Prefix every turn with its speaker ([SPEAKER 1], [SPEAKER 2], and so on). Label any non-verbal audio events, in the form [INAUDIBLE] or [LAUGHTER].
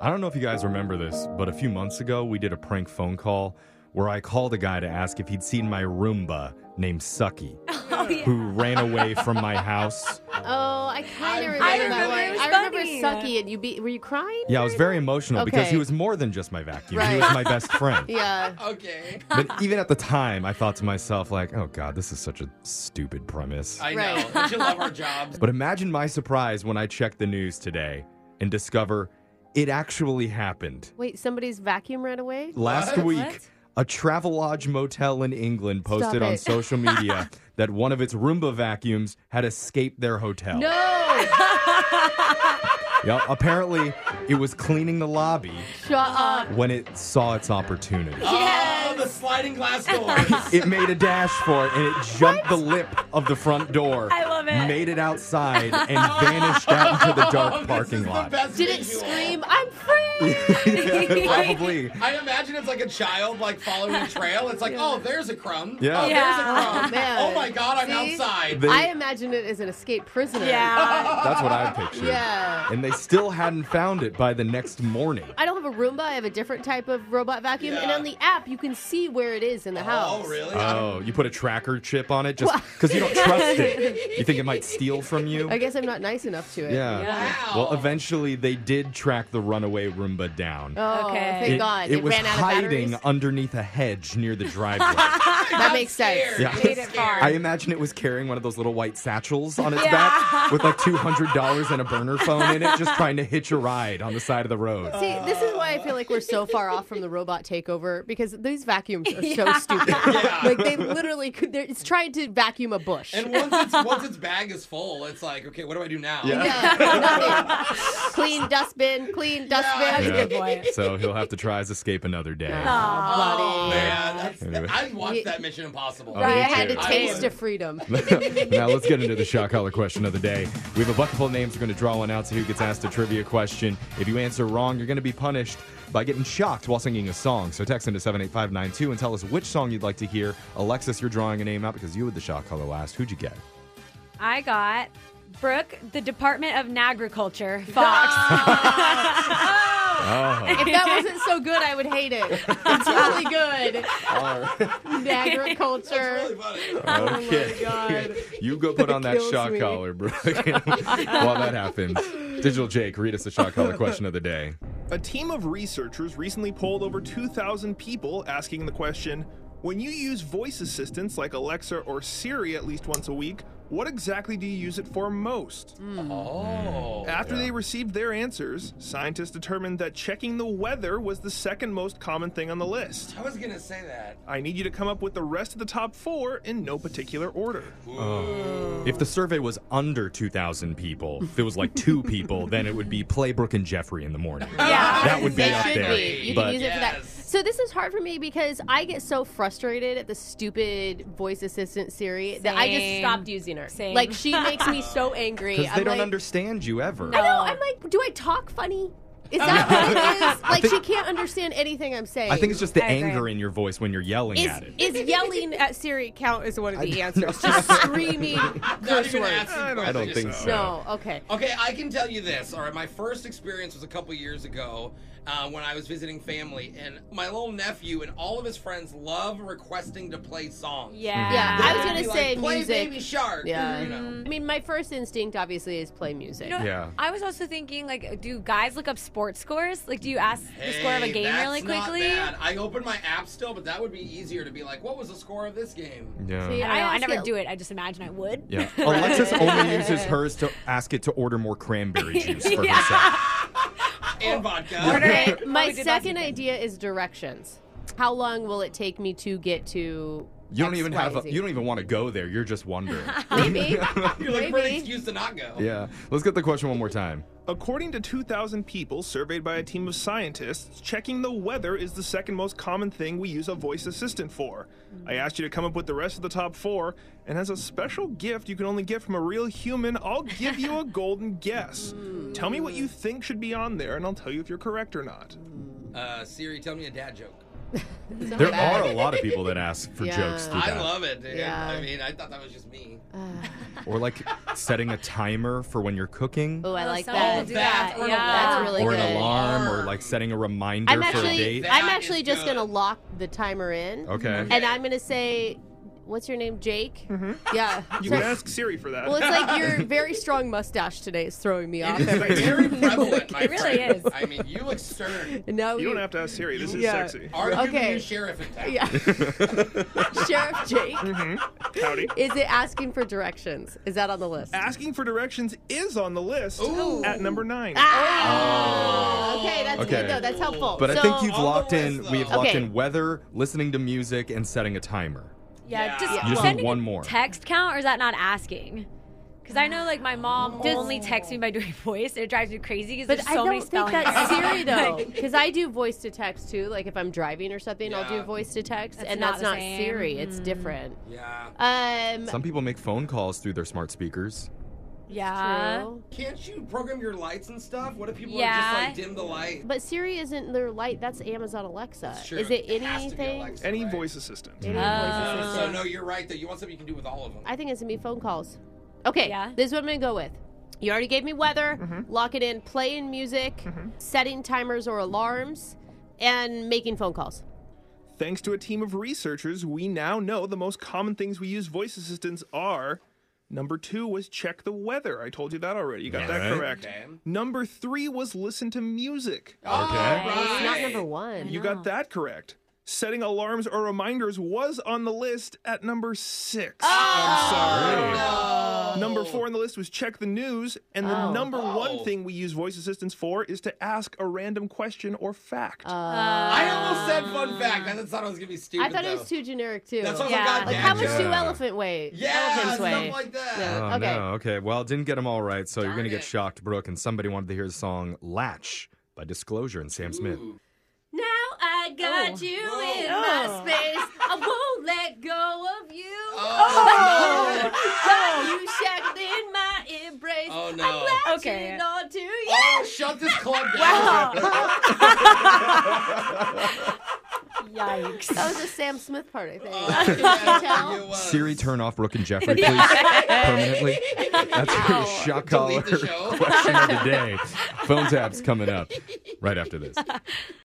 [SPEAKER 1] I don't know if you guys remember this, but a few months ago we did a prank phone call where I called a guy to ask if he'd seen my Roomba named Sucky,
[SPEAKER 2] Oh, yeah.
[SPEAKER 1] who ran away from my house.
[SPEAKER 3] Oh, I kind of remember,
[SPEAKER 2] I
[SPEAKER 3] that
[SPEAKER 2] remember,
[SPEAKER 3] one.
[SPEAKER 2] it was
[SPEAKER 3] I remember
[SPEAKER 2] funny.
[SPEAKER 3] Sucky, and you be, were you crying?
[SPEAKER 1] Yeah, I was very emotional because
[SPEAKER 3] Okay.
[SPEAKER 1] he was more than just my vacuum. He
[SPEAKER 3] Right.
[SPEAKER 1] was my best friend.
[SPEAKER 3] [LAUGHS] Yeah.
[SPEAKER 4] Okay.
[SPEAKER 1] But even at the time, I thought to myself, like, oh God, this is such a stupid premise.
[SPEAKER 4] I
[SPEAKER 3] Right.
[SPEAKER 4] know. We should love our jobs.
[SPEAKER 1] [LAUGHS] But imagine my surprise when I check the news today and discover it actually happened.
[SPEAKER 3] Wait, somebody's vacuum ran away?
[SPEAKER 1] Last
[SPEAKER 4] What?
[SPEAKER 1] week,
[SPEAKER 2] What?
[SPEAKER 1] a Travelodge motel in England posted on
[SPEAKER 3] it.
[SPEAKER 1] social media that one of its Roomba vacuums had escaped their hotel.
[SPEAKER 3] No!
[SPEAKER 1] Yeah, apparently, it was cleaning the lobby
[SPEAKER 3] Shut up.
[SPEAKER 1] when it saw its opportunity.
[SPEAKER 4] Oh, the sliding
[SPEAKER 3] [LAUGHS]
[SPEAKER 4] glass doors.
[SPEAKER 1] It made a dash for it and it jumped the lip of the front door.
[SPEAKER 2] I love it.
[SPEAKER 1] Made it outside and vanished out into the
[SPEAKER 4] [LAUGHS] Oh,
[SPEAKER 1] dark
[SPEAKER 4] this
[SPEAKER 1] parking
[SPEAKER 4] is
[SPEAKER 1] [LAUGHS]
[SPEAKER 4] the
[SPEAKER 1] lot.
[SPEAKER 4] best
[SPEAKER 3] Did it
[SPEAKER 4] visual.
[SPEAKER 3] scream, I'm free?
[SPEAKER 2] [LAUGHS]
[SPEAKER 1] Yeah, probably.
[SPEAKER 4] I imagine it's like a child like following a trail.
[SPEAKER 3] [LAUGHS]
[SPEAKER 4] It's like, oh, there's a crumb.
[SPEAKER 1] Yeah.
[SPEAKER 4] Oh,
[SPEAKER 2] Yeah.
[SPEAKER 4] there's a crumb.
[SPEAKER 3] Oh, man.
[SPEAKER 4] Oh my god, I'm
[SPEAKER 3] See?
[SPEAKER 4] outside.
[SPEAKER 1] They-
[SPEAKER 3] I imagine it as an escaped prisoner.
[SPEAKER 2] Yeah.
[SPEAKER 1] That's what I pictured.
[SPEAKER 3] Yeah.
[SPEAKER 1] And they still hadn't found it by the next morning.
[SPEAKER 3] I don't have a Roomba. I have a different type of robot vacuum. And
[SPEAKER 4] Yeah.
[SPEAKER 3] on the app, you can see where it is in the house.
[SPEAKER 4] Oh, really?
[SPEAKER 1] Oh, you put a tracker chip on it just because you don't trust
[SPEAKER 3] [LAUGHS]
[SPEAKER 1] it. You think it might steal from you?
[SPEAKER 3] I guess I'm not nice enough to it.
[SPEAKER 1] Yeah.
[SPEAKER 4] Wow.
[SPEAKER 1] Well, eventually they did track the runaway Roomba down.
[SPEAKER 3] Oh,
[SPEAKER 2] Okay.
[SPEAKER 3] thank
[SPEAKER 1] it,
[SPEAKER 3] God.
[SPEAKER 1] it
[SPEAKER 3] It,
[SPEAKER 1] was
[SPEAKER 3] ran out
[SPEAKER 1] hiding
[SPEAKER 3] of batteries.
[SPEAKER 1] underneath a hedge near the driveway.
[SPEAKER 3] [LAUGHS] That makes sense.
[SPEAKER 1] Yeah.
[SPEAKER 4] Yeah.
[SPEAKER 1] Made
[SPEAKER 2] it far.
[SPEAKER 1] I imagine it was carrying one of those little white satchels on its
[SPEAKER 2] Yeah.
[SPEAKER 1] back with like two hundred dollars and a burner phone in it, just trying to hitch a ride on the side of the road.
[SPEAKER 3] [LAUGHS] See, this is why I feel like we're so far off from the robot takeover because these vacuums are so stupid.
[SPEAKER 4] [LAUGHS] Yeah.
[SPEAKER 3] Like they literally could. they're- It's trying to vacuum a bush.
[SPEAKER 4] And once its once its bag is full, it's like, okay, what do I do now?
[SPEAKER 1] Yeah.
[SPEAKER 3] yeah,
[SPEAKER 4] [LAUGHS]
[SPEAKER 3] nothing. clean dustbin, clean dustbin.
[SPEAKER 2] That's a good [LAUGHS] point.
[SPEAKER 1] So he'll have to try his escape another day.
[SPEAKER 2] Aw.
[SPEAKER 4] Oh, man, that's,
[SPEAKER 1] Anyway.
[SPEAKER 4] I'd watch
[SPEAKER 3] Ye-
[SPEAKER 4] that Mission Impossible.
[SPEAKER 1] Right.
[SPEAKER 3] I
[SPEAKER 1] Me
[SPEAKER 3] had
[SPEAKER 1] too.
[SPEAKER 3] a
[SPEAKER 4] I
[SPEAKER 3] taste
[SPEAKER 4] would.
[SPEAKER 3] of freedom.
[SPEAKER 1] [LAUGHS] now let's get into the shot collar question of the day. We have a bucket full of names. We're going to draw one out. So who gets asked a trivia question? If you answer wrong, you're going to be punished by getting shocked while singing a song. So text into seven eight five nine two and tell us which song you'd like to hear. Alexis, you're drawing a name out because you had the shot collar last. Who'd you get?
[SPEAKER 2] I got Brooke, the Department of [LAUGHS] Agriculture, Fox.
[SPEAKER 1] Oh,
[SPEAKER 3] If that wasn't so good, I would hate it. It's really
[SPEAKER 4] [LAUGHS]
[SPEAKER 3] good. Oh,
[SPEAKER 4] Really
[SPEAKER 3] Agriculture.
[SPEAKER 4] funny.
[SPEAKER 1] Okay. [LAUGHS] you go put on that
[SPEAKER 3] kills
[SPEAKER 1] shock
[SPEAKER 3] me.
[SPEAKER 1] collar, Brooke, [LAUGHS] while that happens. Digital Jake, read us the shock collar question of the day.
[SPEAKER 5] A team of researchers recently polled over 2,000 people asking the question When you use voice assistants like Alexa or Siri at least once a week, what exactly do you use it for most?
[SPEAKER 4] Oh.
[SPEAKER 5] After they received their answers, scientists determined that checking the weather was the second most common thing on the list.
[SPEAKER 4] I was gonna say that.
[SPEAKER 5] I need you to come up with the rest of the top four in no particular order.
[SPEAKER 1] If the survey was under 2,000 people, if it was like
[SPEAKER 3] [LAUGHS]
[SPEAKER 1] two people, then it would be play Brooke and Jeffrey in the morning.
[SPEAKER 2] Yeah.
[SPEAKER 1] That would be
[SPEAKER 3] It
[SPEAKER 1] up
[SPEAKER 3] should
[SPEAKER 1] there.
[SPEAKER 3] be. You
[SPEAKER 1] But-
[SPEAKER 3] can use it for that.
[SPEAKER 4] Yes.
[SPEAKER 3] So this is hard for me because I get so frustrated at the stupid voice assistant Siri that I just
[SPEAKER 2] Same.
[SPEAKER 3] stopped using her.
[SPEAKER 2] Same.
[SPEAKER 3] Like she makes
[SPEAKER 2] [LAUGHS]
[SPEAKER 3] me so angry.
[SPEAKER 1] Because they
[SPEAKER 3] I'm
[SPEAKER 1] don't
[SPEAKER 3] like,
[SPEAKER 1] understand you ever.
[SPEAKER 3] I know. I'm like, do I talk funny? Is that what it
[SPEAKER 2] [LAUGHS]
[SPEAKER 3] is? Like she can't understand anything I'm saying.
[SPEAKER 1] I think it's just the
[SPEAKER 2] I agree.
[SPEAKER 1] anger in your voice when you're yelling
[SPEAKER 3] is,
[SPEAKER 1] at it.
[SPEAKER 3] is yelling at Siri count as one of the
[SPEAKER 1] I- [LAUGHS]
[SPEAKER 3] answers? Just screaming
[SPEAKER 4] Not
[SPEAKER 3] curse
[SPEAKER 4] even
[SPEAKER 3] words.
[SPEAKER 4] asking
[SPEAKER 5] I don't
[SPEAKER 1] I don't
[SPEAKER 4] questions.
[SPEAKER 1] think so.
[SPEAKER 3] No, okay.
[SPEAKER 1] Oh,
[SPEAKER 4] Okay, I can tell you this. All right, my first experience was a couple years ago uh, when I was visiting family, and my little nephew and all of his friends love requesting to play songs.
[SPEAKER 2] yeah.
[SPEAKER 3] Yeah,
[SPEAKER 1] Hmm.
[SPEAKER 3] I was
[SPEAKER 4] They'd
[SPEAKER 3] gonna
[SPEAKER 4] be
[SPEAKER 3] say
[SPEAKER 4] like, play
[SPEAKER 3] music.
[SPEAKER 4] Baby Shark.
[SPEAKER 3] Yeah.
[SPEAKER 4] Yeah. You
[SPEAKER 2] Mm-hmm.
[SPEAKER 4] know.
[SPEAKER 3] I mean, my first instinct obviously is play music.
[SPEAKER 2] You know,
[SPEAKER 1] Yeah.
[SPEAKER 2] I was also thinking, like, do guys look up sports scores? Like, do you ask the score of a
[SPEAKER 4] Hey,
[SPEAKER 2] game
[SPEAKER 4] that's
[SPEAKER 2] really
[SPEAKER 4] not
[SPEAKER 2] quickly?
[SPEAKER 4] bad. I open my app still, but that would be easier to be like, what was the score of this game?
[SPEAKER 1] Yeah.
[SPEAKER 2] I don't know. I
[SPEAKER 3] always
[SPEAKER 2] never
[SPEAKER 3] get-
[SPEAKER 2] do it. I just imagine I would.
[SPEAKER 3] [LAUGHS]
[SPEAKER 1] Yeah.
[SPEAKER 2] [LAUGHS]
[SPEAKER 1] Alexis only uses hers to ask it to order more cranberry juice for herself.
[SPEAKER 4] And vodka.
[SPEAKER 1] [LAUGHS]
[SPEAKER 2] Order it. Oh,
[SPEAKER 3] My
[SPEAKER 2] we did last
[SPEAKER 3] second
[SPEAKER 2] weekend.
[SPEAKER 3] idea is directions. How long will it take me to get to?
[SPEAKER 1] You don't even have a,
[SPEAKER 3] XYZ?
[SPEAKER 1] you don't even want to go there. You're just
[SPEAKER 3] [LAUGHS]
[SPEAKER 1] wondering.
[SPEAKER 3] Maybe.
[SPEAKER 4] [LAUGHS]
[SPEAKER 1] [LAUGHS]
[SPEAKER 4] You're looking for an
[SPEAKER 3] Maybe.
[SPEAKER 4] excuse to not go.
[SPEAKER 1] yeah. Let's get the question one more time.
[SPEAKER 5] According to 2,000 people surveyed by a team of scientists, checking the weather is the second most common thing we use a voice assistant for. I asked you to come up with the rest of the top four, and as a special gift you can only get from a real human, I'll give you a golden guess. Tell me what you think should be on there, and I'll tell you if you're correct or not.
[SPEAKER 4] Uh, Siri, tell me a dad joke.
[SPEAKER 3] It's not
[SPEAKER 1] There
[SPEAKER 3] bad.
[SPEAKER 1] are a lot of people that ask for
[SPEAKER 3] Yeah.
[SPEAKER 1] jokes through
[SPEAKER 4] I
[SPEAKER 1] that.
[SPEAKER 4] love it, dude.
[SPEAKER 3] Yeah.
[SPEAKER 4] I mean, I thought that was just me.
[SPEAKER 2] [LAUGHS]
[SPEAKER 1] or like setting a timer for when you're cooking.
[SPEAKER 3] Oh, I like
[SPEAKER 2] Some people
[SPEAKER 3] that.
[SPEAKER 2] do
[SPEAKER 4] That's
[SPEAKER 2] that.
[SPEAKER 4] really
[SPEAKER 2] Yeah.
[SPEAKER 3] That's really
[SPEAKER 1] or
[SPEAKER 3] good.
[SPEAKER 1] an alarm or like setting a reminder
[SPEAKER 3] I'm
[SPEAKER 1] for a
[SPEAKER 3] actually,
[SPEAKER 1] date?
[SPEAKER 4] That
[SPEAKER 3] I'm actually
[SPEAKER 4] is
[SPEAKER 3] just
[SPEAKER 4] good.
[SPEAKER 3] gonna lock the timer in,
[SPEAKER 1] okay.
[SPEAKER 3] and I'm gonna say, "What's your name, Jake?" Yeah.
[SPEAKER 5] You
[SPEAKER 3] So-
[SPEAKER 5] can ask Siri for that.
[SPEAKER 3] well, it's like your very strong mustache today is throwing me off.
[SPEAKER 4] It's
[SPEAKER 5] [LAUGHS]
[SPEAKER 3] Every day. [LAUGHS]
[SPEAKER 4] very prevalent, my
[SPEAKER 2] [LAUGHS] It really
[SPEAKER 4] friend.
[SPEAKER 2] is.
[SPEAKER 4] I mean, you look stern.
[SPEAKER 3] No,
[SPEAKER 5] you don't have to ask Siri. This is
[SPEAKER 3] Yeah.
[SPEAKER 5] sexy.
[SPEAKER 4] Are you the
[SPEAKER 3] Okay.
[SPEAKER 4] new sheriff in town?
[SPEAKER 3] Yeah. Sheriff Jake,
[SPEAKER 5] Howdy.
[SPEAKER 3] is it asking for directions? Is that on the list?
[SPEAKER 5] Asking for directions is on the list
[SPEAKER 4] Ooh.
[SPEAKER 5] at number nine.
[SPEAKER 3] Ah! Okay, that's
[SPEAKER 1] Oh. Okay.
[SPEAKER 3] good though. That's helpful.
[SPEAKER 1] But I
[SPEAKER 3] So-
[SPEAKER 1] think you've
[SPEAKER 4] On the
[SPEAKER 1] locked in.
[SPEAKER 4] list,
[SPEAKER 1] We have
[SPEAKER 4] though.
[SPEAKER 1] locked
[SPEAKER 3] Okay.
[SPEAKER 1] in weather, listening to music, and setting a timer.
[SPEAKER 2] Yeah,
[SPEAKER 4] Yeah.
[SPEAKER 2] just
[SPEAKER 4] You
[SPEAKER 1] just
[SPEAKER 2] sending
[SPEAKER 1] need one more.
[SPEAKER 2] Text count, or is that not asking? Because I know, like, my mom only texts me by doing [LAUGHS] voice. It drives me crazy because
[SPEAKER 3] But
[SPEAKER 2] there's so
[SPEAKER 3] I
[SPEAKER 2] many
[SPEAKER 3] don't think
[SPEAKER 2] spelling
[SPEAKER 3] that's
[SPEAKER 2] errors. [LAUGHS]
[SPEAKER 3] Siri though, because I do voice to text too. Like if I'm driving or something, I'll
[SPEAKER 4] Yeah.
[SPEAKER 3] do voice to text,
[SPEAKER 2] That's
[SPEAKER 3] and
[SPEAKER 2] not
[SPEAKER 3] that's
[SPEAKER 2] the
[SPEAKER 3] not
[SPEAKER 2] same. Hmm.
[SPEAKER 3] Siri. It's different.
[SPEAKER 4] Yeah.
[SPEAKER 3] Um,
[SPEAKER 1] Some people make phone calls through their smart speakers.
[SPEAKER 2] Yeah.
[SPEAKER 3] true.
[SPEAKER 4] Can't you program your lights and stuff? What if people are
[SPEAKER 2] Yeah.
[SPEAKER 4] just like dim the light?
[SPEAKER 3] but Siri isn't their light. That's Amazon Alexa.
[SPEAKER 4] It's true.
[SPEAKER 3] Is it
[SPEAKER 4] It has to be
[SPEAKER 3] anything?
[SPEAKER 4] Alexa,
[SPEAKER 5] Any
[SPEAKER 4] right?
[SPEAKER 5] voice assistant.
[SPEAKER 3] Any
[SPEAKER 2] Uh,
[SPEAKER 3] voice
[SPEAKER 4] Uh,
[SPEAKER 3] assistant?
[SPEAKER 4] so no, you're right though. You want something you can do with all of them.
[SPEAKER 3] I think it's gonna be phone calls. Okay,
[SPEAKER 2] Yeah.
[SPEAKER 3] this is what I'm gonna go with. You already gave me weather. Lock it in. Playing music, setting timers or alarms, and making phone calls.
[SPEAKER 5] Thanks to a team of researchers, we now know the most common things we use voice assistants are. Number two was check the weather. I told you that already. You got that
[SPEAKER 1] Alright.
[SPEAKER 5] correct.
[SPEAKER 4] Okay. Ah.
[SPEAKER 5] Number three was listen to music.
[SPEAKER 1] Okay.
[SPEAKER 3] It's not
[SPEAKER 4] Right.
[SPEAKER 3] number one.
[SPEAKER 5] You got that correct. Setting alarms or reminders was on the list at number six.
[SPEAKER 4] Oh,
[SPEAKER 5] I'm sorry. Number four on the list was check the news. And the number one thing we use voice assistants for is to ask a random question or fact.
[SPEAKER 4] I almost said fun fact. I just thought it was gonna be stupid.
[SPEAKER 3] I thought it was
[SPEAKER 4] though.
[SPEAKER 3] too generic too.
[SPEAKER 4] That's what
[SPEAKER 2] Yeah.
[SPEAKER 4] I got.
[SPEAKER 3] Like
[SPEAKER 4] that.
[SPEAKER 3] how much do
[SPEAKER 1] Yeah.
[SPEAKER 3] elephant weigh?
[SPEAKER 4] Yeah,
[SPEAKER 3] elephants
[SPEAKER 4] stuff
[SPEAKER 3] weigh.
[SPEAKER 4] like that.
[SPEAKER 3] No.
[SPEAKER 1] Oh,
[SPEAKER 3] okay.
[SPEAKER 1] no. Okay. Well, didn't get them all right, so you're
[SPEAKER 4] Darn
[SPEAKER 1] going to get
[SPEAKER 4] it.
[SPEAKER 1] shocked, Brooke. And somebody wanted to hear the song Latch by Disclosure and Sam Smith.
[SPEAKER 4] Ooh.
[SPEAKER 2] Now I got
[SPEAKER 4] Oh.
[SPEAKER 2] you in my
[SPEAKER 3] Oh.
[SPEAKER 2] space. I won't let go of you.
[SPEAKER 3] [LAUGHS]
[SPEAKER 4] Oh,
[SPEAKER 3] Got you shackled in my embrace.
[SPEAKER 4] Oh, no.
[SPEAKER 3] I'm latching
[SPEAKER 2] Okay.
[SPEAKER 3] on to you.
[SPEAKER 4] Oh, shut this club
[SPEAKER 2] [LAUGHS]
[SPEAKER 4] down. [LAUGHS]
[SPEAKER 2] [LAUGHS] Yikes.
[SPEAKER 3] That was a Sam Smith part, I think.
[SPEAKER 4] Oh. [LAUGHS] Yeah, it was.
[SPEAKER 1] Siri, turn off Brooke and Jeffrey, please,
[SPEAKER 2] [LAUGHS]
[SPEAKER 1] permanently. That's for your shock collar [LAUGHS]
[SPEAKER 4] Delete the
[SPEAKER 1] question
[SPEAKER 4] show.
[SPEAKER 1] of the day. Phone tap's coming up right after this.